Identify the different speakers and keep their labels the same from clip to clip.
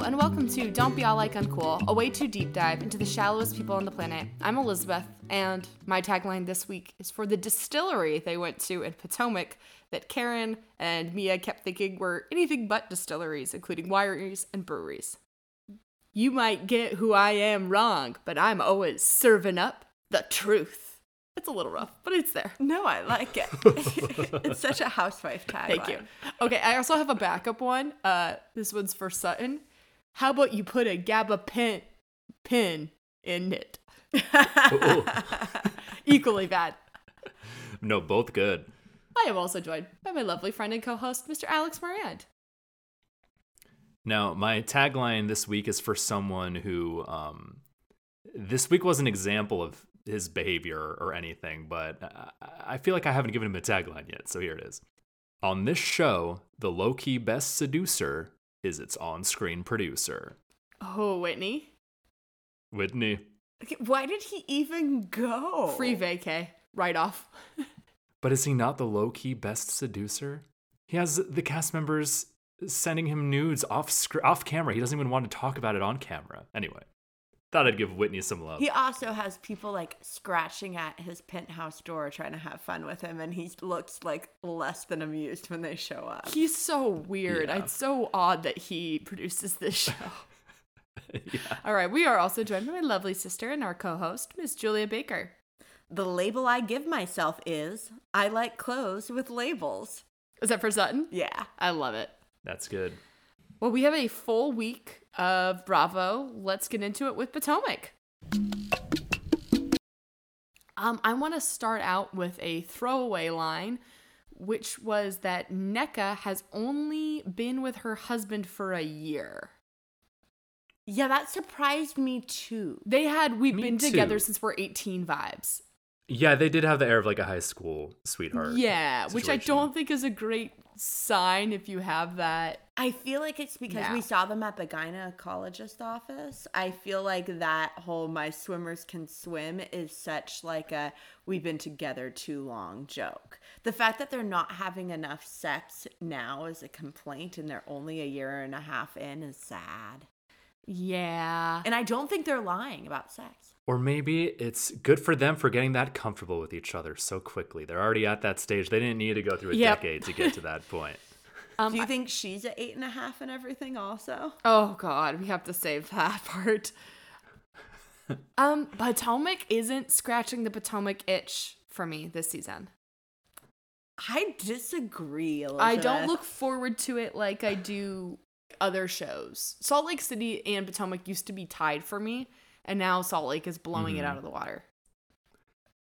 Speaker 1: to Don't Be All Like Uncool, a way too deep dive into the shallowest people on the planet. I'm Elizabeth, and my tagline this week is for the distillery they went to in Potomac that Karen and Mia kept thinking were anything but distilleries, including wineries and breweries. You might get who I am wrong, but I'm always serving up the truth. It's a little rough, but it's there.
Speaker 2: No, I like it. it's such a housewife tagline.
Speaker 1: Thank you. Okay, I also have a backup one. Uh, this one's for Sutton. How about you put a GABA pin, pin in it? Equally bad.
Speaker 3: No, both good.
Speaker 1: I am also joined by my lovely friend and co-host, Mr. Alex Morand.
Speaker 3: Now, my tagline this week is for someone who um, this week was an example of his behavior or anything, but I, I feel like I haven't given him a tagline yet. So here it is. On this show, the low key best seducer is its on screen producer,
Speaker 1: Oh, Whitney,
Speaker 3: Whitney.
Speaker 2: Okay, Why did he even
Speaker 3: Oh.
Speaker 2: go?
Speaker 1: free vacay, right off.
Speaker 3: But is he not the low key best seducer? He has the cast members sending him nudes off sc- off camera. He doesn't even want to talk about it on camera. Anyway, thought I'd give Whitney some love.
Speaker 2: He also has people like scratching at his penthouse door trying to have fun with him, and he looks like less than amused when they show up.
Speaker 1: He's so weird.
Speaker 3: Yeah.
Speaker 1: It's so odd that he produces this show.
Speaker 3: Yeah.
Speaker 1: All right, we are also joined by my lovely sister and our co-host, Miss Julia Baker.
Speaker 2: The label I give myself is I like clothes with labels.
Speaker 1: Is that for Sutton?
Speaker 2: Yeah.
Speaker 1: I love it.
Speaker 3: That's good.
Speaker 1: Well, we have a full week of Bravo. Let's get into it with Potomac. Um, I want to start out with a throwaway line, which was that NECA has only been with her husband for a year.
Speaker 2: Yeah, that surprised me too.
Speaker 1: They had we've
Speaker 3: Me
Speaker 1: been
Speaker 3: too.
Speaker 1: together since we're 18 vibes.
Speaker 3: Yeah, they did have the air of like a high school sweetheart.
Speaker 1: yeah, which I
Speaker 3: situation.
Speaker 1: don't think is a great sign if you have that.
Speaker 2: I feel like it's because
Speaker 1: Yeah.
Speaker 2: we saw them at the gynecologist office. I feel like that whole my swimmers can swim is such like a we've been together too long joke. The fact that they're not having enough sex now is a complaint and they're only a year and a half in is sad.
Speaker 1: Yeah.
Speaker 2: And I don't think they're lying about sex.
Speaker 3: Or maybe it's good for them for getting that comfortable with each other so quickly. They're already at that stage. They didn't need to go through a
Speaker 1: Yep.
Speaker 3: decade to get to that point.
Speaker 1: Um,
Speaker 2: Do you think she's at eight and a half and everything also?
Speaker 1: Oh god, we have to save that part. um, Potomac isn't scratching the Potomac itch for me this season.
Speaker 2: I disagree.
Speaker 1: I don't
Speaker 2: Elizabeth.
Speaker 1: look forward to it like I do other shows. Salt Lake City and Potomac used to be tied for me, and now Salt Lake is blowing it
Speaker 3: Mhm.
Speaker 1: out of the water.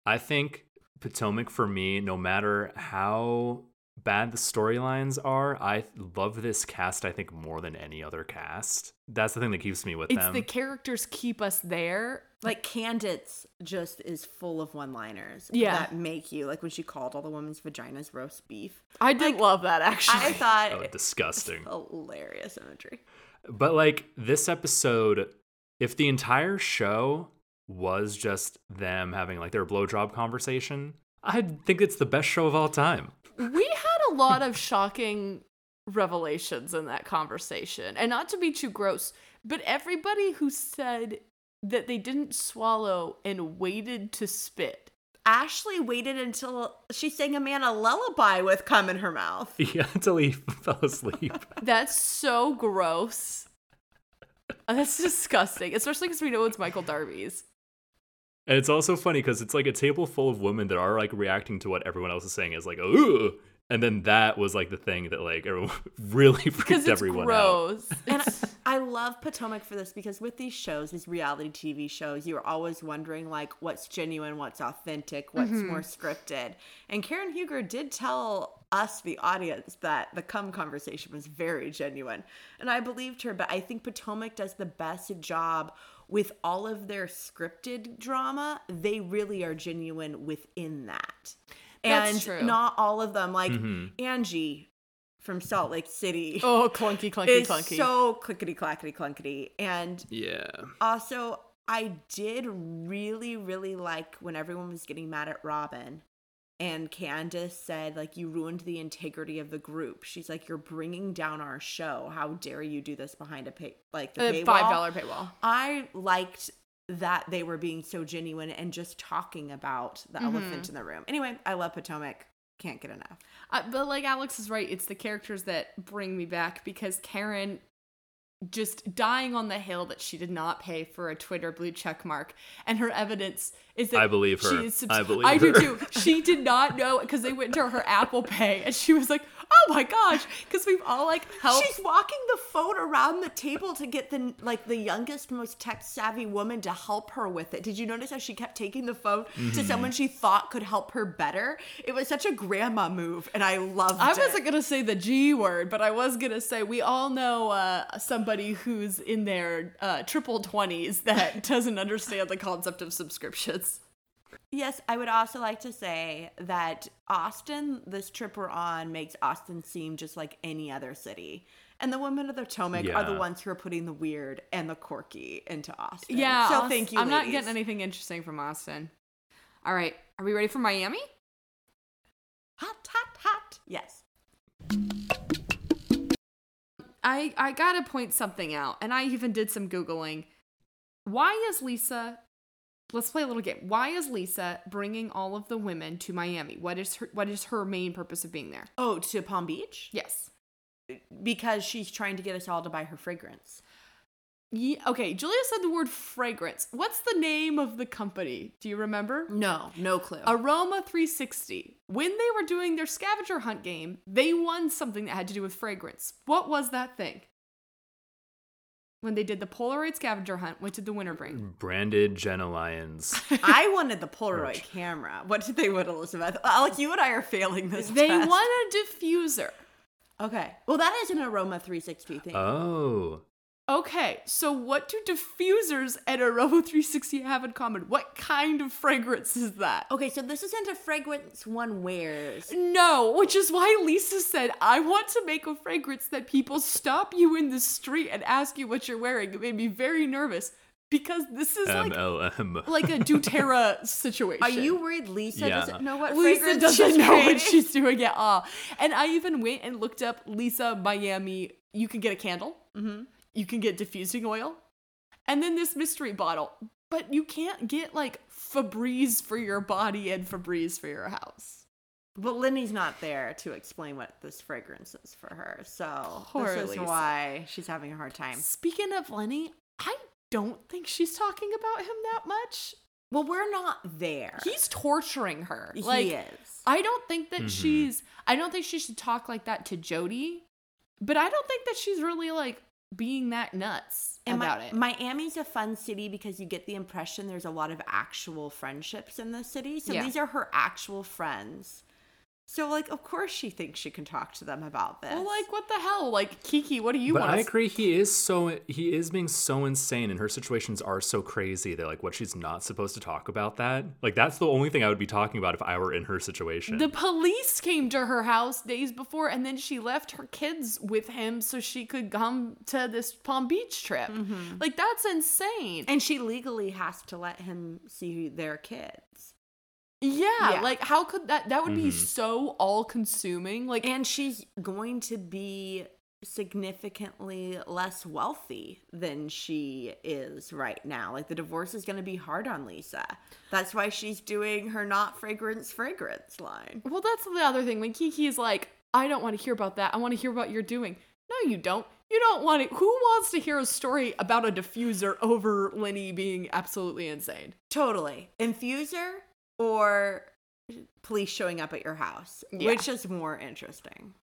Speaker 3: I think Potomac for me, no matter how bad the storylines are, I love this cast, I think, more than any other cast. That's the thing that keeps me with
Speaker 1: It's
Speaker 3: them.
Speaker 1: the characters keep us there.
Speaker 2: Like Candace just is full of one-liners
Speaker 1: Yeah.
Speaker 2: that make you like when she called all the women's vaginas roast beef.
Speaker 1: I did love that actually.
Speaker 2: I thought
Speaker 3: Oh,
Speaker 2: it
Speaker 3: disgusting.
Speaker 2: hilarious imagery.
Speaker 3: But like this episode, if the entire show was just them having like their blowjob conversation, I think it's the best show of all time.
Speaker 1: we had a lot of shocking revelations in that conversation and not to be too gross but everybody who said that they didn't swallow and waited to spit
Speaker 2: Ashley waited until she sang a man a lullaby with cum in her mouth.
Speaker 3: Yeah, until he fell asleep.
Speaker 1: that's so gross Uh, that's disgusting especially because we know it's michael darby's
Speaker 3: And it's also funny because it's like a table full of women that are like reacting to what everyone else is saying is like, ooh. And then that was like the thing that like everyone really
Speaker 1: because
Speaker 3: freaked
Speaker 1: it's
Speaker 3: everyone out.
Speaker 1: gross
Speaker 2: And I, I love Potomac for this because with these shows, these reality TV shows, you're always wondering like what's genuine, what's authentic, what's
Speaker 1: Mm-hmm.
Speaker 2: more scripted. And Karen Huger did tell us, the audience, that the cum conversation was very genuine. And I believed her, but I think Potomac does the best job with all of their scripted drama. They really are genuine within that.
Speaker 1: That's
Speaker 2: and
Speaker 1: true. Mm-hmm.
Speaker 2: not all of them, like Angie from Salt Lake City
Speaker 1: oh clunky clunky
Speaker 2: is
Speaker 1: clunky
Speaker 2: so clickety clackety clunkety. And
Speaker 3: Yeah.
Speaker 2: also, I did really, really like when everyone was getting mad at Robin and Candace said like you ruined the integrity of the group. She's like you're bringing down our show. How dare you do this behind a pay- like the
Speaker 1: A
Speaker 2: paywall?
Speaker 1: five dollar paywall.
Speaker 2: I liked that they were being so genuine and just talking about the
Speaker 1: Mm-hmm.
Speaker 2: elephant in the room. Anyway, I love Potomac. Can't get enough.
Speaker 1: Uh, but like Alex is right, it's the characters that bring me back because Karen just dying on the hill that she did not pay for a Twitter blue check mark, and her evidence is that
Speaker 3: I believe her.
Speaker 1: She is subs-
Speaker 3: I believe
Speaker 1: I do
Speaker 3: her.
Speaker 1: too. She did not know because they went to her Apple Pay, and she was like, "Oh my gosh!" Because we've all like helped.
Speaker 2: She's walking the phone around the table to get the like the youngest, most tech savvy woman to help her with it. Did you notice how she kept taking the phone to someone she thought could help her better? It was such a grandma move, and I loved
Speaker 1: I
Speaker 2: it.
Speaker 1: wasn't gonna say the G word, but I was gonna say we all know uh, somebody who's in their uh, triple twenties that doesn't understand the concept of subscriptions.
Speaker 2: Yes, I would also like to say that Austin, this trip we're on, makes Austin seem just like any other city. And the women of the Potomac are the
Speaker 3: Yeah.
Speaker 2: ones who are putting the weird and the quirky into Austin.
Speaker 1: Yeah.
Speaker 2: So
Speaker 1: I'll-
Speaker 2: thank you.
Speaker 1: I'm not
Speaker 2: ladies.
Speaker 1: getting anything interesting from Austin. All right. Are we ready for Miami?
Speaker 2: hot, hot, hot. Yes.
Speaker 1: I, I gotta point something out, and I even did some Googling. Why is Lisa? Let's play a little game. Why is Lisa bringing all of the women to Miami? What is her, what is her main purpose of being there?
Speaker 2: Oh, to Palm Beach?
Speaker 1: Yes.
Speaker 2: Because she's trying to get us all to buy her fragrance.
Speaker 1: Ye- okay, Julia said the word fragrance. What's the name of the company? Do you remember?
Speaker 2: No, no clue.
Speaker 1: Aroma 360. When they were doing their scavenger hunt game, they won something that had to do with fragrance. What was that thing? When they did the Polaroid scavenger hunt, what did the winner bring?
Speaker 3: Mm. Branded Jenna Lyons.
Speaker 2: I wanted the Polaroid camera. What did they win, Elizabeth? Alec, you and I are failing this
Speaker 1: They
Speaker 2: test.
Speaker 1: won a diffuser.
Speaker 2: Okay. Well, that is an Aroma 360 thing.
Speaker 3: Oh,
Speaker 1: Okay, so what do diffusers and Aroma 360 have in common? What kind of fragrance is that?
Speaker 2: Okay, so this isn't a fragrance one wears.
Speaker 1: No, which is why Lisa said, I want to make a fragrance that people stop you in the street and ask you what you're wearing. It made me very nervous because this is like,
Speaker 3: MLM.
Speaker 1: like a doTERRA situation.
Speaker 2: Are you worried Lisa
Speaker 3: Yeah.
Speaker 2: doesn't know what
Speaker 1: Lisa
Speaker 2: fragrance
Speaker 1: doesn't
Speaker 2: she's
Speaker 1: know
Speaker 2: creating?
Speaker 1: what she's doing at all. And I even went and looked up Lisa Miami. You can get a candle.
Speaker 2: Mm-hmm.
Speaker 1: You can get diffusing oil, and then this mystery bottle. But you can't get like Febreze for your body and Febreze for your house.
Speaker 2: But Lenny's not there to explain what this fragrance is for her, so
Speaker 1: Poor
Speaker 2: this is
Speaker 1: Lisa.
Speaker 2: why she's having a hard time.
Speaker 1: Speaking of Lenny, I don't think she's talking about him that much.
Speaker 2: Well, we're not there.
Speaker 1: He's torturing her.
Speaker 2: He
Speaker 1: Like
Speaker 2: is.
Speaker 1: I don't think that
Speaker 3: Mhm.
Speaker 1: she's I don't think she should talk like that to Jody, but I don't think that she's really like being that nuts
Speaker 2: And Mi-
Speaker 1: about it.
Speaker 2: Miami's a fun city because you get the impression there's a lot of actual friendships in the city. So
Speaker 1: Yeah.
Speaker 2: these are her actual friends. So like, of course she thinks she can talk to them about this.
Speaker 1: well, like what the hell? Like Kiki, what do you
Speaker 3: but
Speaker 1: want?
Speaker 3: I
Speaker 1: us-
Speaker 3: agree. He is so he is being so insane, and her situations are so crazy that like what she's not supposed to talk about that. Like that's the only thing I would be talking about if I were in her situation.
Speaker 1: The police came to her house days before, and then she left her kids with him so she could come to this Palm Beach trip. Like that's insane.
Speaker 2: And she legally has to let him see their kids.
Speaker 1: Yeah,
Speaker 2: Yeah.
Speaker 1: like how could that that would be
Speaker 3: Mm-hmm.
Speaker 1: so all consuming? Like
Speaker 2: And she's going to be significantly less wealthy than she is right now. Like the divorce is going to be hard on Lisa. That's why she's doing her not fragrance fragrance line.
Speaker 1: well that's the other thing. When Kiki is like, I don't want to hear about that. I want to hear what you're doing. No, you don't. You don't want to who wants to hear a story about a diffuser over Lenny being absolutely insane?
Speaker 2: Totally. Infuser or police showing up at your house,
Speaker 1: Yeah.
Speaker 2: which is more interesting.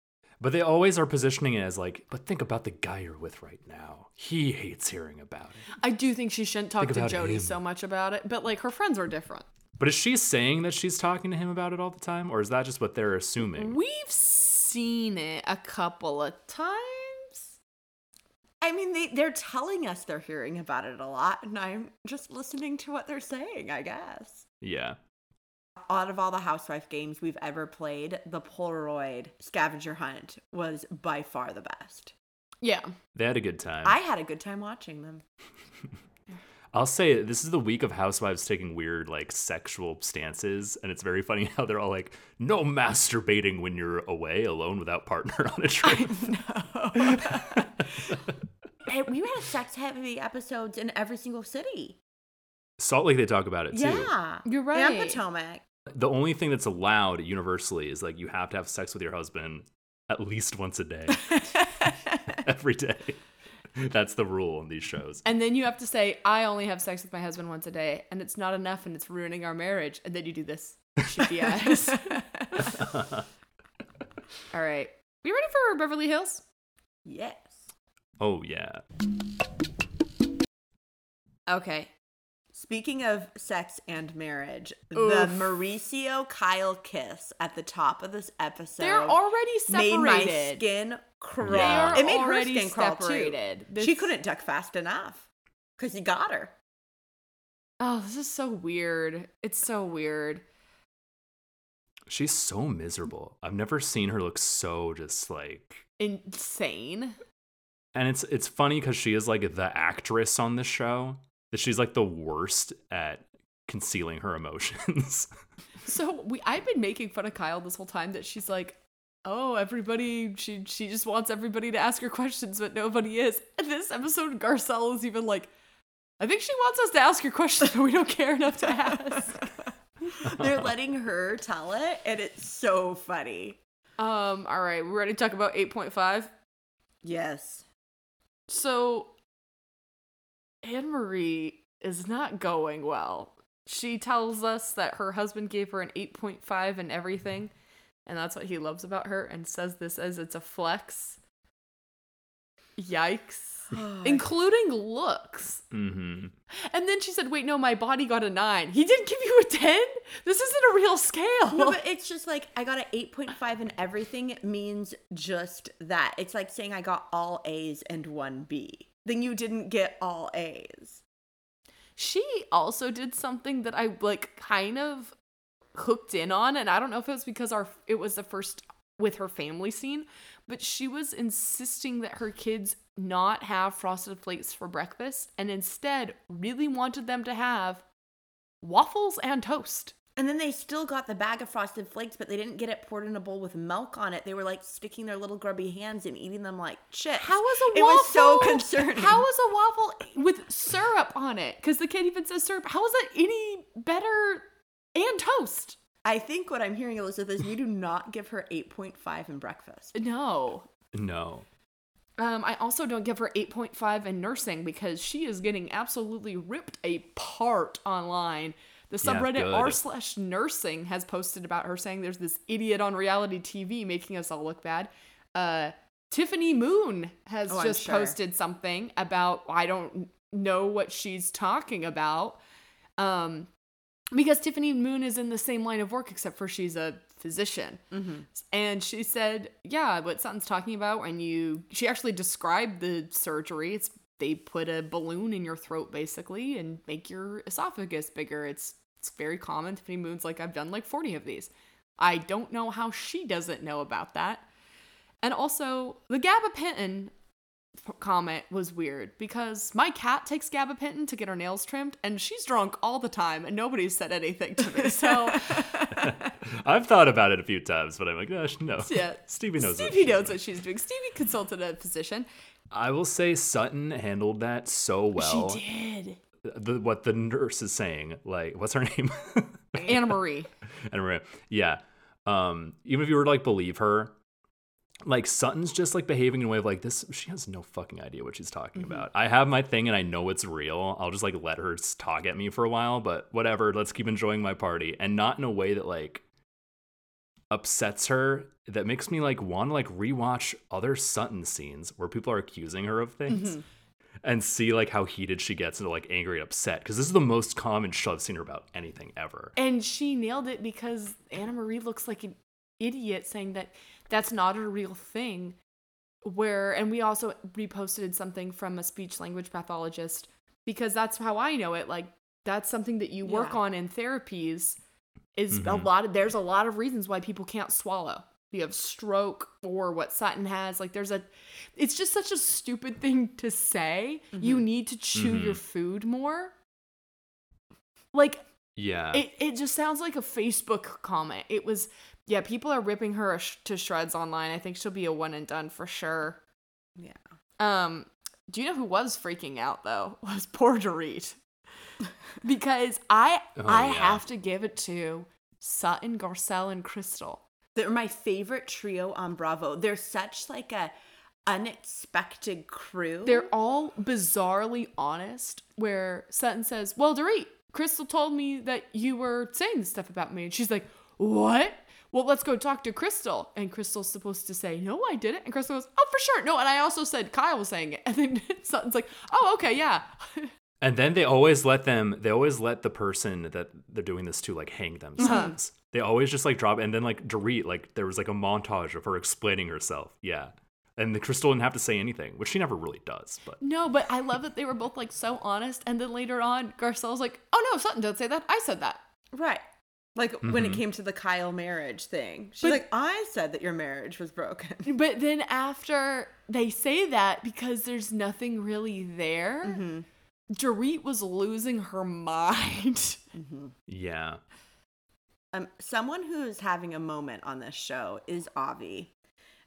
Speaker 3: but they always are positioning it as like, but think about the guy you're with right now. He hates hearing about it.
Speaker 1: I do think she shouldn't talk
Speaker 3: Think
Speaker 1: to
Speaker 3: about
Speaker 1: Jody
Speaker 3: him.
Speaker 1: so much about it, but like her friends are different.
Speaker 3: But is she saying that she's talking to him about it all the time, or is that just what they're assuming?
Speaker 1: We've seen it a couple of times.
Speaker 2: I mean, they, they're telling us they're hearing about it a lot, and I'm just listening to what they're saying, I guess.
Speaker 3: yeah.
Speaker 2: out of all the housewife games we've ever played, the Polaroid scavenger hunt was by far the best.
Speaker 1: Yeah.
Speaker 3: They had a good time.
Speaker 2: I had a good time watching them.
Speaker 3: I'll say this is the week of housewives taking weird like sexual stances, and it's very funny how they're all like, "No masturbating when you're away alone without partner on a trip."
Speaker 2: No. And we had sex heavy episodes in every single city.
Speaker 3: Salt Lake, they talk about it too.
Speaker 2: Yeah.
Speaker 1: You're
Speaker 2: And
Speaker 1: right.
Speaker 2: Potomac.
Speaker 3: The only thing that's allowed universally is like you have to have sex with your husband at least once a day, every day. That's the rule on these shows.
Speaker 1: And then you have to say, I only have sex with my husband once a day, and it's not enough, and it's ruining our marriage. And then you do this shitty ass. All right. We ready for Beverly Hills?
Speaker 2: yes.
Speaker 3: Oh yeah.
Speaker 1: Okay.
Speaker 2: Speaking of sex and marriage, the
Speaker 1: Oof.
Speaker 2: Mauricio Kyle kiss at the top of this episode
Speaker 1: They're already
Speaker 2: made
Speaker 1: separated.
Speaker 2: my skin crawl.
Speaker 1: They are
Speaker 2: It made her
Speaker 1: already
Speaker 2: skin crawl too.
Speaker 1: separated. This-
Speaker 2: She couldn't duck fast enough because he got her.
Speaker 1: Oh, this is so weird. It's so weird.
Speaker 3: She's so miserable. I've never seen her look so just like
Speaker 1: Insane.
Speaker 3: and it's it's funny because she is like the actress on this show that she's like the worst at concealing her emotions
Speaker 1: So we I've been making fun of Kyle this whole time that she's like, "Oh, everybody she she just wants everybody to ask her questions, but nobody is." And this episode Garcelle is even like, "I think she wants us to ask her questions, but we don't care enough to ask."
Speaker 2: They're letting her tell it, and it's so funny.
Speaker 1: um, all right, we're ready to talk about 8.5.
Speaker 2: Yes.
Speaker 1: So Anne Marie is not going well. She tells us that her husband gave her an 8.5 and everything, and that's what he loves about her, and says this as it's a flex. Yikes. Including looks.
Speaker 3: mm-hmm.
Speaker 1: And then she said, Wait, no, my body got a nine. He didn't give you a 10? This isn't a real scale.
Speaker 2: No, but it's just like I got an 8.5 and everything It means just that. It's like saying I got all A's and one B. Then you didn't get all A's.
Speaker 1: She also did something that I like kind of hooked in on and I don't know if it was because our it was the first with her family scene, but she was insisting that her kids not have frosted flakes for breakfast and instead really wanted them to have waffles and toast.
Speaker 2: And then they still got the bag of frosted flakes, but they didn't get it poured in a bowl with milk on it. They were like sticking their little grubby hands and eating them like chips.
Speaker 1: How is a waffle?
Speaker 2: It was so concerning.
Speaker 1: How is a waffle with syrup on it? Cuz the kid even says syrup. How is that any better and toast?
Speaker 2: I think what I'm hearing, Elizabeth, is we do not give her 8.5 in breakfast.
Speaker 1: No.
Speaker 3: no
Speaker 1: Um, I also don't give her 8.5 in nursing because she is getting absolutely ripped apart online. The
Speaker 3: Yeah,
Speaker 1: subreddit
Speaker 3: good.
Speaker 1: r slash nursing has posted about her saying there's this idiot on reality TV making us all look bad. Uh, Tiffany Moon has
Speaker 2: Oh, I'm
Speaker 1: just
Speaker 2: sure.
Speaker 1: posted something about I don't know what she's talking about. Um, because Tiffany Moon is in the same line of work except for she's a physician.
Speaker 2: Mm-hmm.
Speaker 1: And she said, "Yeah, what Sutton's talking about when you." She actually described the surgery. It's they put a balloon in your throat basically and make your esophagus bigger. It's it's very common. Tiffany Moon's like, "I've done like forty of these." I don't know how she doesn't know about that. And also, the gabapentin p- comment was weird because my cat takes gabapentin to get her nails trimmed, and she's drunk all the time, and nobody's said anything to me. So
Speaker 3: i've thought about it a few times but i'm like gosh no
Speaker 1: yeah,
Speaker 3: stevie knows what
Speaker 1: Stevie
Speaker 3: she's
Speaker 1: knows
Speaker 3: doing.
Speaker 1: what she's doing. Stevie consulted a physician.
Speaker 3: i will say sutton handled that so well
Speaker 1: She did.
Speaker 3: The, what the nurse is saying like what's her name
Speaker 1: Anna Marie.
Speaker 3: and we're yeah um even if you were to like believe her like sutton's just like behaving in a way of like this she has no fucking idea what she's talking about i have my thing and i know it's real i'll just like let her s- talk at me for a while but whatever let's keep enjoying my party and not in a way that like upsets her that makes me like want to like rewatch other sutton scenes where people are accusing her of things and see like how heated she gets and like angry and upset because this is the most common shove seen her about anything ever
Speaker 1: And she nailed it because Anna Marie looks like an idiot saying that that's not a real thing. Where, and we also reposted something from a speech language pathologist because that's how I know it. Like, that's something that you work
Speaker 2: Yeah.
Speaker 1: on in therapies. Is a lot of there's a lot of reasons why people can't swallow. You have stroke or what Sutton has. Like, there's a, it's just such a stupid thing to say. You need to chew your food more. Like
Speaker 3: Yeah.
Speaker 1: it, it just sounds like a Facebook comment. It was, yeah, people are ripping her sh- to shreds online. I think she'll be a one and done for sure.
Speaker 2: Yeah.
Speaker 1: Um, do you know who was freaking out though? Was poor Dorit. because I
Speaker 3: Oh,
Speaker 1: I
Speaker 3: yeah.
Speaker 1: have to give it to Sutton, Garcelle, and Crystal.
Speaker 2: They're my favorite trio on Bravo. They're such like a unexpected crew.
Speaker 1: They're all bizarrely honest. Where Sutton says, "Well, Dorit, Crystal told me that you were saying this stuff about me," and she's like, "What?" Well, let's go talk to Crystal. And Crystal's supposed to say, "No, I didn't." And Crystal goes, "Oh, for sure, no." And I also said Kyle was saying it. And then Sutton's like, "Oh, okay, yeah."
Speaker 3: And then they always let them. They always let the person that they're doing this to like hang themselves.
Speaker 2: Uh-huh.
Speaker 3: They always just like drop. And then like Dorit, like there was like a montage of her explaining herself. Yeah. And the crystal didn't have to say anything, which she never really does. But
Speaker 1: No, but I love that they were both like so honest. And then later on, Garcelle's like, "Oh no, Sutton, don't say that. I said that."
Speaker 2: right. Like when it
Speaker 3: Mhm.
Speaker 2: came to the Kyle marriage thing. She's
Speaker 1: But-
Speaker 2: like, I said that your marriage was broken.
Speaker 1: But then after they say that, because there's nothing really there,
Speaker 2: Mm-hmm.
Speaker 1: Dorit was losing her mind.
Speaker 3: yeah,
Speaker 2: Um, someone who's having a moment on this show is Avi.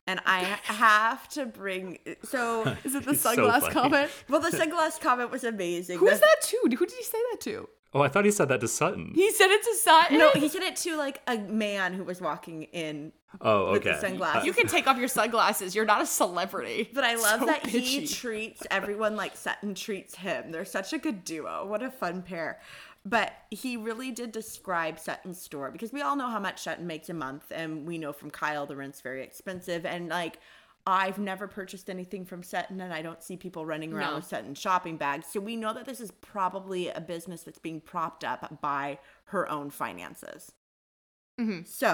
Speaker 2: And I have to bring so
Speaker 1: Is it the
Speaker 3: It's so
Speaker 1: sunglass
Speaker 3: funny.
Speaker 1: comment?
Speaker 2: well the sunglass comment was amazing.
Speaker 1: Who is
Speaker 2: The-
Speaker 1: that to? Who did he say that to?
Speaker 3: Oh, I thought he said that to Sutton.
Speaker 1: He said it to Sutton.
Speaker 2: No, he said it to like a man who was walking in.
Speaker 3: oh,
Speaker 2: with the
Speaker 3: okay.
Speaker 2: sunglasses.
Speaker 1: you can take off your sunglasses. You're not a celebrity.
Speaker 2: But I love
Speaker 1: So
Speaker 2: that he
Speaker 1: bitchy.
Speaker 2: treats everyone like Sutton treats him. They're such a good duo. What a fun pair. But he really did describe Sutton's store because we all know how much Sutton makes a month. And we know from Kyle the rent's very expensive. And like, I've never purchased anything from Sutton and I don't see people running around
Speaker 1: No.
Speaker 2: with Sutton shopping bags. So we know that this is probably a business that's being propped up by her own finances.
Speaker 1: Mhm.
Speaker 2: So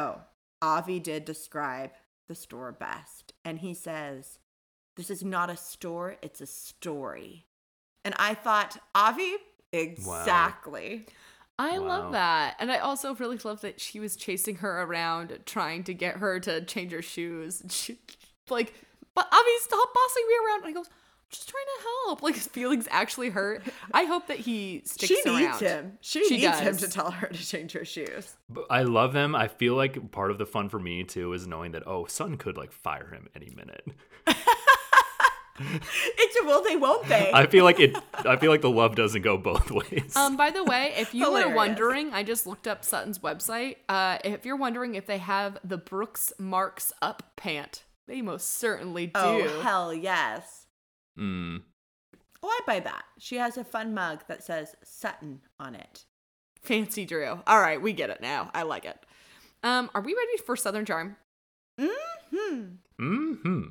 Speaker 2: Avi did describe the store best. And he says, This is not a store, it's a story. And I thought, Avi, exactly.
Speaker 1: I
Speaker 3: Wow.
Speaker 1: love that. And I also really love that she was chasing her around trying to get her to change her shoes. And she, like, but Avi, stop bossing me around. And I goes, I'm just trying to help. Like his feelings actually hurt. I hope that he sticks
Speaker 2: She
Speaker 1: around.
Speaker 2: needs him. She,
Speaker 1: She
Speaker 2: needs him
Speaker 1: does.
Speaker 2: to tell her to change her shoes.
Speaker 3: But I love them. I feel like part of the fun for me too is knowing that oh, Sutton could like fire him any minute.
Speaker 2: It's a will they, won't they?
Speaker 3: I feel like it. I feel like the love doesn't go both ways.
Speaker 1: Um, by the way, if you were
Speaker 2: Hilarious.
Speaker 1: wondering, I just looked up Sutton's website. Uh, if you're wondering if they have the Brooks Marks Up pant, they most certainly do.
Speaker 2: oh, hell yes.
Speaker 3: Mm.
Speaker 2: Oh, I buy that. She has a fun mug that says Sutton on it.
Speaker 1: Fancy Drew. All right, we get it now. I like it. Um, are we ready for Southern Charm?
Speaker 2: hmm
Speaker 3: Hmm.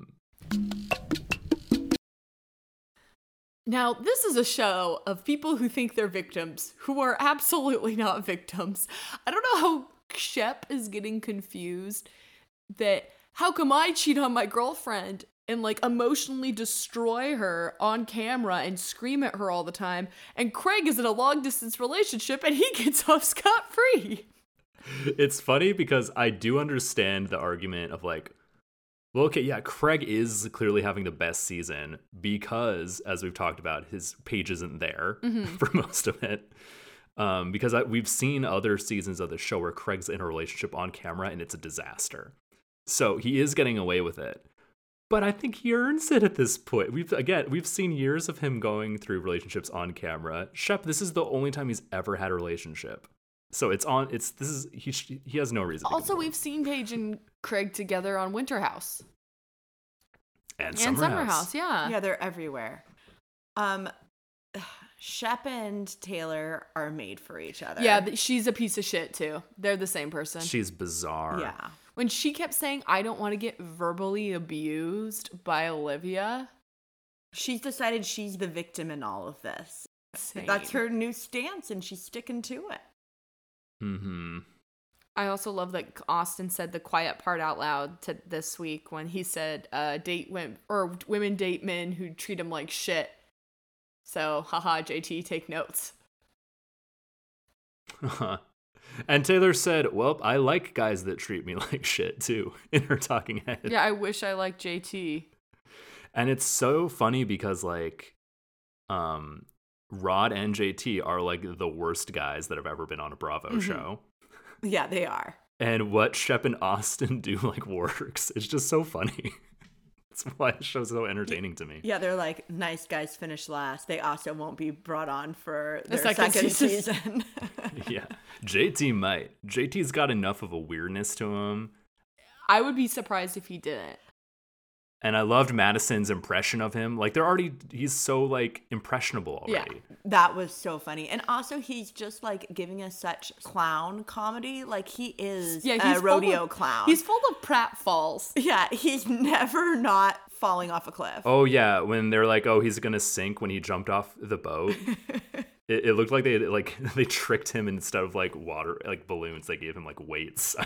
Speaker 1: Now, this is a show of people who think they're victims, who are absolutely not victims. I don't know how Shep is getting confused that how come I cheat on my girlfriend and like emotionally destroy her on camera and scream at her all the time, and Craig is in a long distance relationship and he gets off scot free.
Speaker 3: It's funny because I do understand the argument of like, well, okay, yeah, Craig is clearly having the best season because, as we've talked about, his page isn't there for most of it. Um, because I, we've seen other seasons of the show where Craig's in a relationship on camera and it's a disaster. So he is getting away with it. But I think he earns it at this point. We've again, we've seen years of him going through relationships on camera. Shep, this is the only time he's ever had a relationship. So it's on. It's this is he. sh- He has no reason. to
Speaker 1: Also,
Speaker 3: complain.
Speaker 1: we've seen Paige and Craig together on Winter House
Speaker 3: and
Speaker 1: and Summer
Speaker 3: House.
Speaker 1: House, yeah.
Speaker 2: Yeah, they're everywhere. Um, Shep and Taylor are made for each other.
Speaker 1: Yeah, but she's a piece of shit too. They're the same person.
Speaker 3: She's bizarre.
Speaker 2: yeah.
Speaker 1: when she kept saying, I don't want to get verbally abused by Olivia,
Speaker 2: She's decided she's the victim in all of this.
Speaker 1: same.
Speaker 2: That's her new stance, and she's sticking to it.
Speaker 3: Mm-hmm.
Speaker 1: I also love that Austin said the quiet part out loud to this week when he said, uh, date women or women date men who treat them like shit. So, haha, JT, take notes.
Speaker 3: and Taylor said, "Well, I like guys that treat me like shit too." In her talking head.
Speaker 1: Yeah, I wish I liked JT.
Speaker 3: And it's so funny because like, um, Rod and JT are like the worst guys that have ever been on a Bravo show.
Speaker 2: Yeah, they are.
Speaker 3: And what Shep and Austin do like works. It's just so funny. That's why the show's so entertaining to me.
Speaker 2: Yeah, they're like nice guys finish last. They also won't be brought on for their
Speaker 1: second
Speaker 2: second,
Speaker 1: season.
Speaker 2: season.
Speaker 3: yeah. JT might. JT's got enough of a weirdness to him.
Speaker 1: I would be surprised if he didn't.
Speaker 3: And I loved Madison's impression of him. Like they're already he's so like impressionable
Speaker 1: Yeah.
Speaker 3: already.
Speaker 2: that was so funny. And also he's just like giving us such clown comedy. Like he is
Speaker 1: Yeah,
Speaker 2: a
Speaker 1: he's full
Speaker 2: rodeo
Speaker 1: of-
Speaker 2: clown.
Speaker 1: He's full of pratfalls.
Speaker 2: yeah, he's never not falling off a cliff.
Speaker 3: Oh yeah, when they're like, "Oh, he's gonna sink when he jumped off the boat." it, it looked like they like they tricked him instead of like water like balloons. They gave him like weights.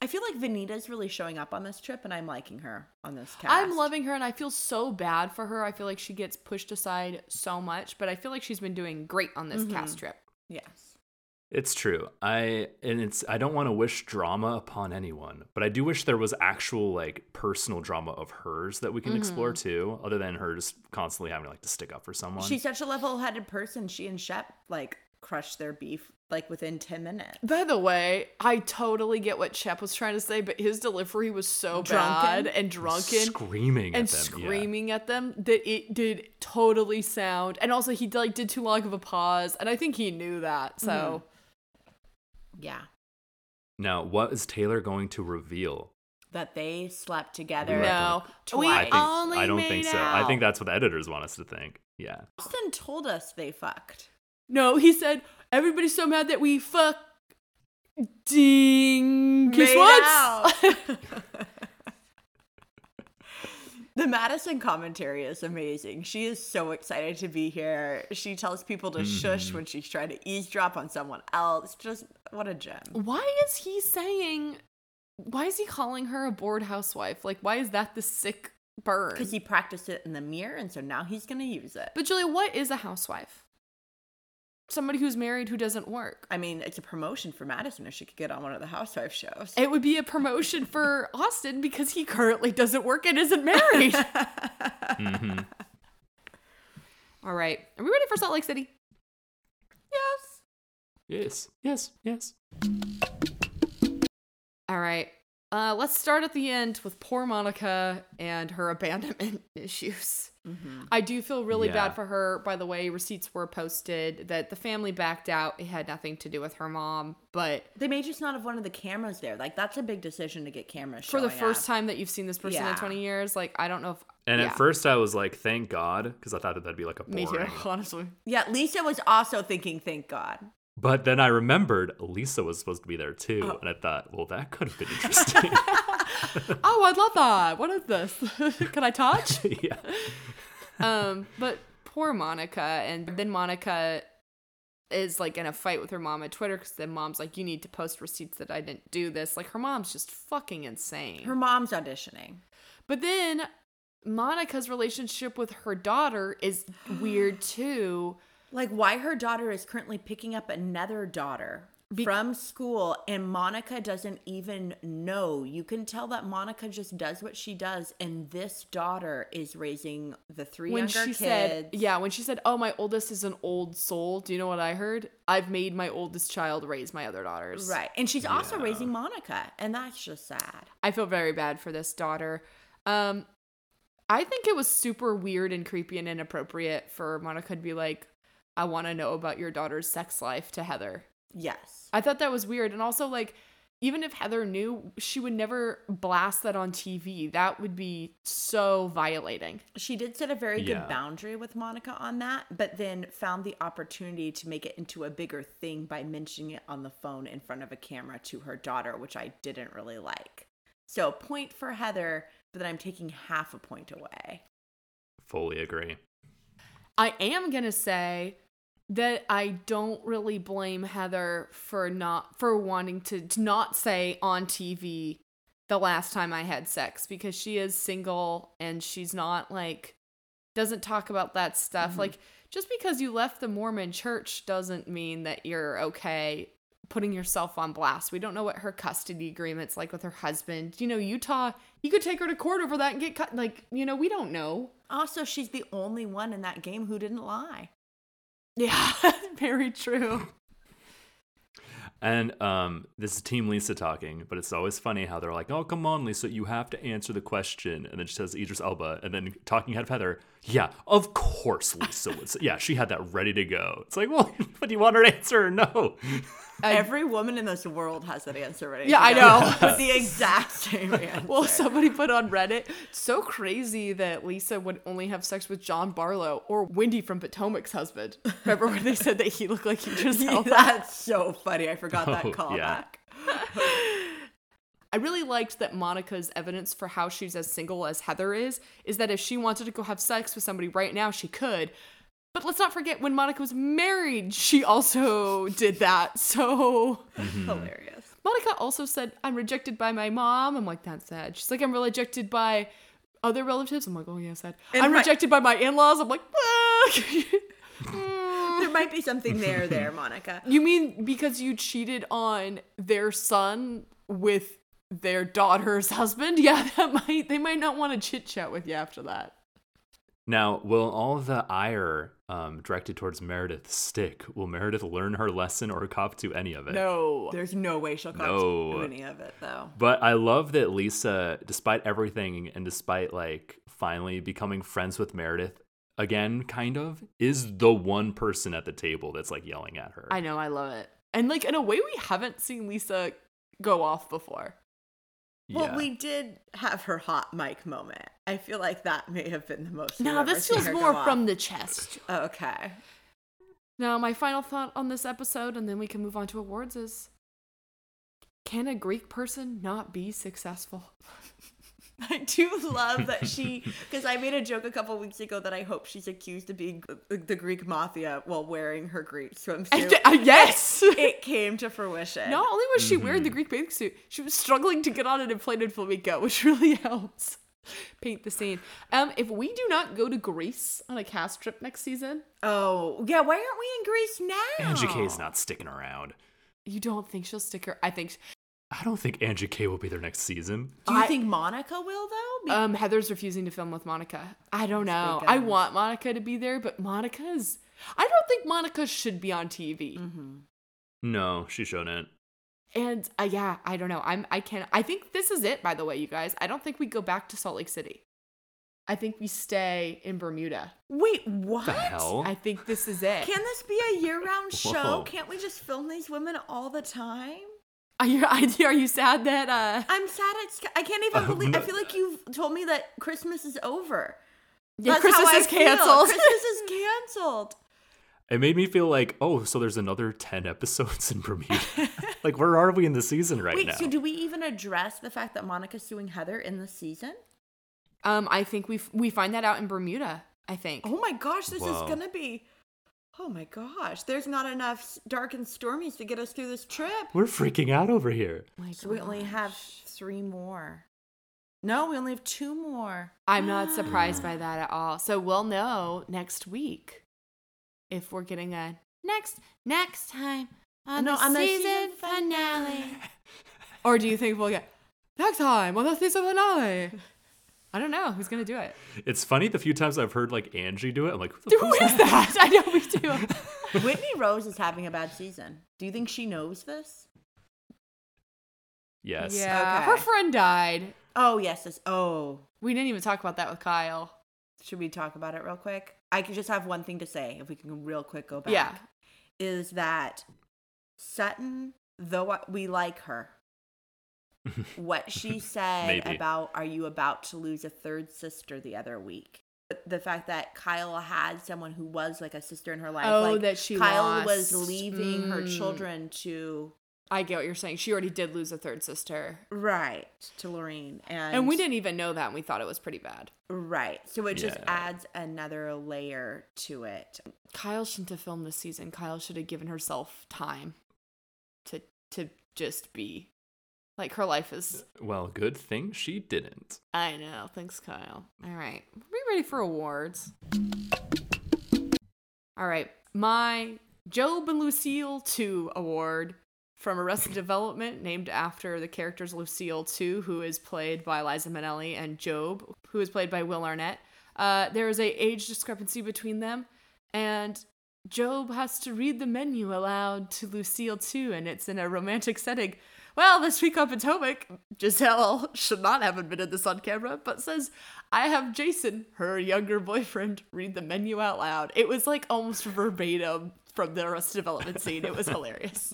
Speaker 2: I feel like Vanita's really showing up on this trip and I'm liking her on this cast.
Speaker 1: I'm loving her and I feel so bad for her. I feel like she gets pushed aside so much, but I feel like she's been doing great on
Speaker 2: Mm-hmm.
Speaker 1: this cast trip.
Speaker 2: Yes.
Speaker 3: it's true. I and it's I don't want to wish drama upon anyone, but I do wish there was actual like personal drama of hers that we can explore
Speaker 1: Mm-hmm.
Speaker 3: too, other than her just constantly having to like to stick up for someone.
Speaker 2: She's such a level-headed person. She and Shep like crushed their beef like within 10 minutes.
Speaker 1: By the way, I totally get what Shep was trying to say, but his delivery was so
Speaker 2: Drunken?
Speaker 1: bad and drunken.
Speaker 3: screaming
Speaker 1: and
Speaker 3: at them, yeah.
Speaker 1: screaming at them that it did totally sound and also he like did too long of a pause and i think he knew that so
Speaker 2: Yeah.
Speaker 3: Now, what is Taylor going to reveal?
Speaker 2: That they slept together.
Speaker 3: We were-
Speaker 1: no
Speaker 2: think-
Speaker 1: we
Speaker 2: I
Speaker 3: I think
Speaker 1: only
Speaker 3: I don't
Speaker 1: made
Speaker 3: think so.
Speaker 1: out.
Speaker 3: I think that's what the editors want us to think. Yeah.
Speaker 2: Austin told us they fucked.
Speaker 1: no he said everybody's so mad that we fuck ding kiss
Speaker 2: Made
Speaker 1: once
Speaker 2: out. The Madison commentary is amazing. She is so excited to be here. She tells people
Speaker 1: Mm-hmm.
Speaker 2: to shush when she's trying to eavesdrop on someone else. Just what a gem.
Speaker 1: why is he saying why is he calling her a bored housewife like why is that the sick bird
Speaker 2: Because he practiced it in the mirror, and so now he's going to use it.
Speaker 1: but julia what is a housewife somebody who's married who doesn't work
Speaker 2: I mean, it's a promotion for Madison if she could get on one of the housewife shows.
Speaker 1: It would be a promotion for Austin because he currently doesn't work and isn't married.
Speaker 3: Mhm.
Speaker 1: All right. Are we ready for Salt Lake City?
Speaker 2: yes.
Speaker 3: yes. Yes. Yes.
Speaker 1: All right. Uh, let's start at the end with poor Monica and her abandonment issues. I do feel really
Speaker 3: Yeah.
Speaker 1: bad for her. By the way, receipts were posted that the family backed out. It had nothing to do with her mom, but
Speaker 2: They may just not have one of the cameras there. Like, that's a big decision to get cameras
Speaker 1: for the
Speaker 2: showing
Speaker 1: first
Speaker 2: up.
Speaker 1: time that you've seen this person
Speaker 2: Yeah.
Speaker 1: in 20 years, like I don't know if
Speaker 3: And
Speaker 1: Yeah.
Speaker 3: at first, I was like, "Thank God," because I thought that that'd be like a
Speaker 1: me
Speaker 3: boring.
Speaker 1: too, honestly.
Speaker 2: Yeah, Lisa was also thinking, thank God.
Speaker 3: But then I remembered Lisa was supposed to be there too, and I thought, "Well, that could have been interesting."
Speaker 1: Oh, I love that. What is this? Can I touch?
Speaker 3: yeah.
Speaker 1: um, but poor Monica, and then Monica is like in a fight with her mom at Twitter because then mom's like, "You need to post receipts that I didn't do this." Like her mom's just fucking insane.
Speaker 2: Her mom's auditioning.
Speaker 1: but then Monica's relationship with her daughter is weird too.
Speaker 2: Like, why her daughter is currently picking up another daughter
Speaker 1: Be-
Speaker 2: from school, and Monica doesn't even know. You can tell that Monica just does what she does, and this daughter is raising the three
Speaker 1: When
Speaker 2: younger
Speaker 1: she
Speaker 2: kids.
Speaker 1: said, "Yeah," when she said, "Oh, my oldest is an old soul," do you know what I heard? I've made my oldest child raise my other daughters.
Speaker 2: Right. And she's also raising Monica, and that's just sad.
Speaker 1: I feel very bad for this daughter. Um, I think it was super weird and creepy and inappropriate for Monica to be like, I want to know about your daughter's sex life to Heather.
Speaker 2: Yes.
Speaker 1: I thought that was weird. And also, like, even if Heather knew, she would never blast that on TV. That would be so violating.
Speaker 2: She did set a very
Speaker 3: Yeah.
Speaker 2: good boundary with Monica on that, but then found the opportunity to make it into a bigger thing by mentioning it on the phone in front of a camera to her daughter, which I didn't really like. So, point for Heather, but then I'm taking half a point away.
Speaker 3: Fully agree.
Speaker 1: I am going to say that I don't really blame Heather for not for wanting to, to not say on TV the last time I had sex because she is single and she's not like doesn't talk about that stuff. Like just because you left the Mormon church doesn't mean that you're okay putting yourself on blast. We don't know what her custody agreements like with her husband. You know, Utah, you could take her to court over that and get cut like, you know, we don't know.
Speaker 2: Also, she's the only one in that game who didn't lie.
Speaker 1: Yeah, very true.
Speaker 3: And um, this is Team Lisa talking, but it's always funny how they're like, "Oh, come on, Lisa, you have to answer the question." And then she says Idris Elba, and then talking head of Heather, "Yeah, of course, Lisa would." Say. Yeah, she had that ready to go. It's like, well, but do you want her to answer or no?
Speaker 2: Every woman in this world has that answer ready.
Speaker 1: Yeah,
Speaker 2: to
Speaker 1: I
Speaker 2: go
Speaker 1: know.
Speaker 2: With the exact same answer.
Speaker 1: Well, somebody put on Reddit, so crazy that Lisa would only have sex with John Barlow or Wendy from Potomac's husband. Remember when they said that he looked like he just
Speaker 2: That's so funny. I forgot that
Speaker 3: Oh,
Speaker 2: callback.
Speaker 3: yeah.
Speaker 1: I really liked that Monica's evidence for how she's as single as Heather is, is that if she wanted to go have sex with somebody right now, she could. But let's not forget when Monica was married, she also did that. So
Speaker 3: Hmm.
Speaker 2: Hilarious.
Speaker 1: Monica also said, I'm rejected by my mom. I'm like, that's sad. She's like, I'm rejected by other relatives. I'm like, oh, yeah, sad.
Speaker 2: And
Speaker 1: I'm
Speaker 2: my-
Speaker 1: rejected by my in laws. I'm like, "Ah."
Speaker 2: There might be something there, there, Monica.
Speaker 1: you mean because you cheated on their son with their daughter's husband? Yeah, that might, they might not want to chit chat with you after that.
Speaker 3: Now, will all the ire um, directed towards Meredith stick? Will Meredith learn her lesson or cop to any of it?
Speaker 1: No.
Speaker 2: There's no way she'll cause
Speaker 3: No.
Speaker 2: any of it, though.
Speaker 3: But I love that Lisa, despite everything and despite like finally becoming friends with Meredith again, kind of, is the one person at the table that's like yelling at her.
Speaker 1: I know, I love it. And like, in a way, we haven't seen Lisa go off before.
Speaker 2: Well,
Speaker 3: Yeah.
Speaker 2: we did have her hot mic moment. I feel like that may have been the most.
Speaker 1: No,
Speaker 2: we've ever
Speaker 1: this
Speaker 2: seen
Speaker 1: feels
Speaker 2: her
Speaker 1: more
Speaker 2: go
Speaker 1: from
Speaker 2: off. Oh,
Speaker 1: the chest.
Speaker 2: Okay.
Speaker 1: Now, my final thought on this episode, and then we can move on to awards, is can a Greek person not be successful?
Speaker 2: I do love that she, because I made a joke a couple weeks ago that I hope she's accused of being the- the Greek mafia while wearing her Greek swimsuit.
Speaker 1: Uh, yes!
Speaker 2: it came to fruition.
Speaker 1: Not only was she wearing the Greek bathing suit, she was struggling to get on an inflated flamingo, which really helps paint the scene. Um, if we do not go to Greece on a cast trip next season,
Speaker 2: Oh, yeah. Why aren't we in Greece now?
Speaker 3: Angie K's not sticking around.
Speaker 1: you don't think she'll stick her? I think
Speaker 3: I don't think Angie K will be there next season.
Speaker 2: Do you
Speaker 1: I-
Speaker 2: think Monica will though? Be-
Speaker 1: um, Heather's refusing to film with Monica. I don't know.
Speaker 2: big
Speaker 1: I
Speaker 2: guns.
Speaker 1: want Monica to be there, but Monica's. I don't think Monica should be on TV.
Speaker 3: No, she shouldn't.
Speaker 1: And uh, yeah, I don't know. I'm I can I think this is it by the way, you guys. I don't think we go back to Salt Lake City. I think we stay in Bermuda.
Speaker 2: Wait, what?
Speaker 3: The hell?
Speaker 1: I think this is it.
Speaker 2: Can this be a year-round show?
Speaker 3: Whoa.
Speaker 2: Can't we just film these women all the time?
Speaker 1: Are you are you sad that uh
Speaker 2: I'm sad. It's, I can't even
Speaker 3: Oh,
Speaker 2: believe. I
Speaker 3: no.
Speaker 2: feel like you've told me that Christmas is over.
Speaker 1: yeah,
Speaker 2: That's
Speaker 1: Christmas
Speaker 2: how I
Speaker 1: is
Speaker 2: feel.
Speaker 1: canceled?
Speaker 2: Christmas is canceled.
Speaker 3: It made me feel like, oh, so there's another 10 episodes in Bermuda. like, where are we in the season right
Speaker 2: Wait,
Speaker 3: now?
Speaker 2: so do we even address the fact that Monica's suing Heather in the season?
Speaker 1: um I think we f- we find that out in Bermuda, I think.
Speaker 2: Oh my gosh, this
Speaker 3: Whoa.
Speaker 2: is gonna be. Oh my gosh, there's not enough s- dark and stormies to get us through this trip.
Speaker 3: We're freaking out over here.
Speaker 1: Oh my
Speaker 2: So we only
Speaker 1: gosh.
Speaker 2: have three more. No, we only have two more.
Speaker 1: I'm not surprised by that at all. So we'll know next week if we're getting a next next time on
Speaker 2: No,
Speaker 1: the
Speaker 2: on the
Speaker 1: season
Speaker 2: season
Speaker 1: finale. or do you think we'll get next time on the season finale? I don't know who's gonna do it.
Speaker 3: It's funny the few times I've heard like Angie do it. I'm like, who the
Speaker 1: Who
Speaker 3: fuck's
Speaker 1: is that? I know we do.
Speaker 2: Whitney Rose is having a bad season. Do you think she knows this?
Speaker 3: Yes.
Speaker 1: Yeah,
Speaker 2: Okay.
Speaker 1: her friend died.
Speaker 2: Oh yes, this. Oh,
Speaker 1: We didn't even talk about that with Kyle.
Speaker 2: should we talk about it real quick? I could just have one thing to say if we can real quick go back.
Speaker 1: Yeah.
Speaker 2: is that Sutton, though I- we like her, what she said
Speaker 3: Maybe.
Speaker 2: about are you about to lose a third sister the other week? The fact that Kyle had someone who was like a sister in her life.
Speaker 1: Oh,
Speaker 2: like,
Speaker 1: that she
Speaker 2: Kyle was
Speaker 1: lost.
Speaker 2: leaving her
Speaker 1: Mm.
Speaker 2: children to
Speaker 1: I get what you're saying. She already did lose a third sister,
Speaker 2: right to Lorene, and
Speaker 1: and we didn't even know that. and We thought it was pretty bad.
Speaker 2: right. So it just
Speaker 3: Yeah.
Speaker 2: adds another layer to it.
Speaker 1: Kyle shouldn't have filmed this season. Kyle should have given herself time to to just be like her life is.
Speaker 3: Well, good thing she didn't.
Speaker 1: I know. Thanks, Kyle. All right, are we ready for awards? All right, my Job and Lucille two award from Arrested Development, named after the characters Lucille two, who is played by Liza Minnelli, and Job, who is played by Will Arnett. Uh, there is a age discrepancy between them, and Job has to read the menu aloud to Lucille too, and it's in a romantic setting. Well, this week on Potomac, Giselle should not have admitted this on camera, but says, I have Jason, her younger boyfriend, read the menu out loud. It was like almost verbatim from the Arrested Development scene. It was hilarious.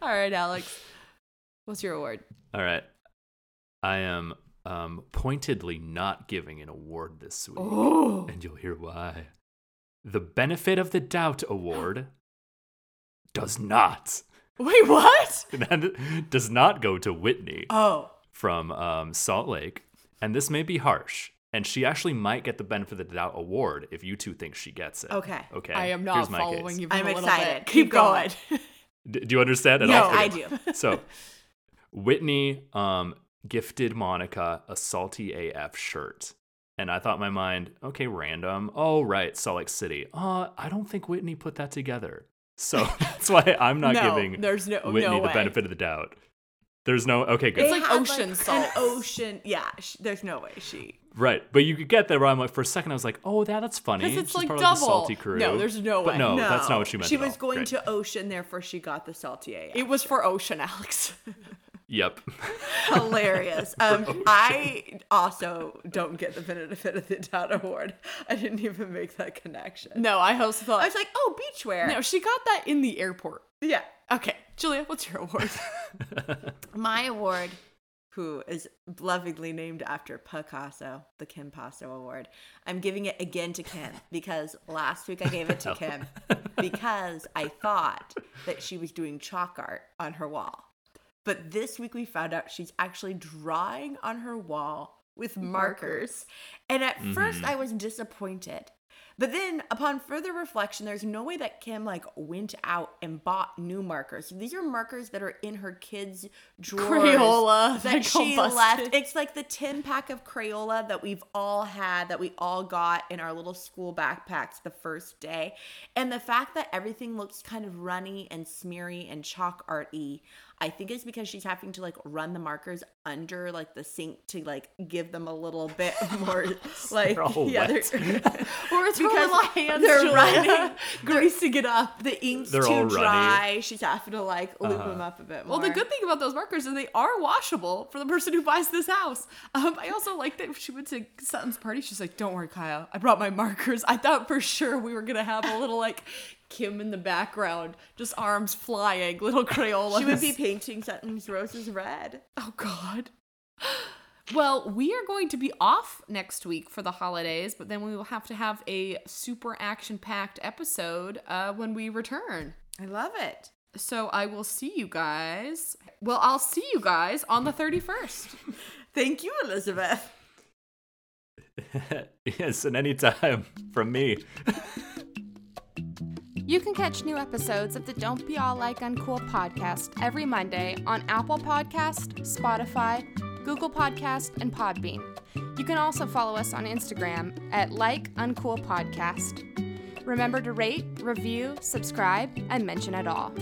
Speaker 1: All right, Alex, what's your award?
Speaker 3: All right. I am um, pointedly not giving an award this week,
Speaker 1: Oh,
Speaker 3: and you'll hear why. The Benefit of the Doubt Award does not.
Speaker 1: wait, what?
Speaker 3: That does not go to Whitney
Speaker 2: Oh,
Speaker 3: from um, Salt Lake, and this may be harsh. And she actually might get the benefit of the doubt award if you two think she gets it.
Speaker 2: Okay.
Speaker 3: Okay.
Speaker 1: I am not
Speaker 3: Here's my
Speaker 1: following
Speaker 3: case.
Speaker 1: you.
Speaker 2: I'm
Speaker 1: a little
Speaker 2: excited.
Speaker 1: Bit. Keep
Speaker 2: Keep going.
Speaker 1: going.
Speaker 3: D- do you understand at
Speaker 2: yes,
Speaker 3: all?
Speaker 2: I do.
Speaker 3: So, Whitney um, gifted Monica a salty AF shirt. And I thought in my mind, okay, random. Oh, right, Salt Lake City. Uh, I don't think Whitney put that together. So that's why I'm not
Speaker 1: no,
Speaker 3: giving
Speaker 1: there's no
Speaker 3: Whitney
Speaker 1: no
Speaker 3: the
Speaker 1: way.
Speaker 3: benefit of the doubt. There's no, okay, good.
Speaker 1: It's like
Speaker 2: had,
Speaker 1: ocean
Speaker 2: An
Speaker 1: salts.
Speaker 2: ocean. Yeah, sh there's no way she.
Speaker 3: Right, but you could get there. Where I'm like, for a second, I was like, "Oh, that, that's funny."
Speaker 1: Because it's
Speaker 3: She's
Speaker 1: like
Speaker 3: part of
Speaker 1: double.
Speaker 3: the salty crew.
Speaker 1: No, there's no
Speaker 3: But
Speaker 1: way.
Speaker 3: no,
Speaker 2: no,
Speaker 3: Oh, that's not what she meant.
Speaker 2: She
Speaker 3: at
Speaker 2: was
Speaker 3: all.
Speaker 2: going
Speaker 3: Great.
Speaker 2: to ocean, therefore she got the salty AF.
Speaker 1: It was for ocean, Alex.
Speaker 3: Yep.
Speaker 2: hilarious. Um, I also don't get the benefit of the doubt award. I didn't even make that connection.
Speaker 1: no, I also thought.
Speaker 2: I was like, oh, beachwear.
Speaker 1: no, she got that in the airport.
Speaker 2: Yeah.
Speaker 1: Okay, Julia, what's your award?
Speaker 2: My award, who is lovingly named after Picasso, the Kim Paso Award, I'm giving it again to Kim because last week I gave it to Kim because I thought that she was doing chalk art on her wall. But this week we found out she's actually drawing on her wall with markers. Mm-hmm. And at first I was disappointed. But then upon further reflection, there's no way that Kim like went out and bought new markers. These are markers that are in her kids' drawers
Speaker 1: Crayola that
Speaker 2: that
Speaker 1: got
Speaker 2: she
Speaker 1: busted.
Speaker 2: left. It's like the 10 pack of Crayola that we've all had that we all got in our little school backpacks the first day. And the fact that everything looks kind of runny and smeary and chalk arty, I think is because she's having to like run the markers under like the sink to like give them a little bit more like
Speaker 3: all
Speaker 2: yeah,
Speaker 3: wet.
Speaker 2: they're-
Speaker 1: or it's
Speaker 2: Because
Speaker 1: because my hands
Speaker 2: they're
Speaker 1: Julia.
Speaker 2: running.
Speaker 1: greasing it up.
Speaker 2: the ink's
Speaker 3: They're all
Speaker 2: too
Speaker 3: runny. Uh-huh.
Speaker 2: dry. She's having to like loop them up a bit more.
Speaker 1: Well, the good thing about those markers is they are washable for the person who buys this house. Um, I also like that she went to Sutton's party. She's like, "Don't worry, Kyle. I brought my markers. I thought for sure we were gonna have a little like Kim in the background, just arms flying, little Crayola.
Speaker 2: she would be painting Sutton's roses red.
Speaker 1: Oh God. Well, we are going to be off next week for the holidays, but then we will have to have a super action-packed episode uh, when we return.
Speaker 2: I love it.
Speaker 1: So I will see you guys. Well, I'll see you guys on the 31st.
Speaker 2: Thank you, Elizabeth.
Speaker 3: yes, and any time from me.
Speaker 1: You can catch new episodes of the Don't Be All Like Uncool podcast every Monday on Apple Podcast, Spotify, Google Podcast, and Podbean. You can also follow us on Instagram at Like Uncool Podcast. Remember to rate, review, subscribe, and mention it all.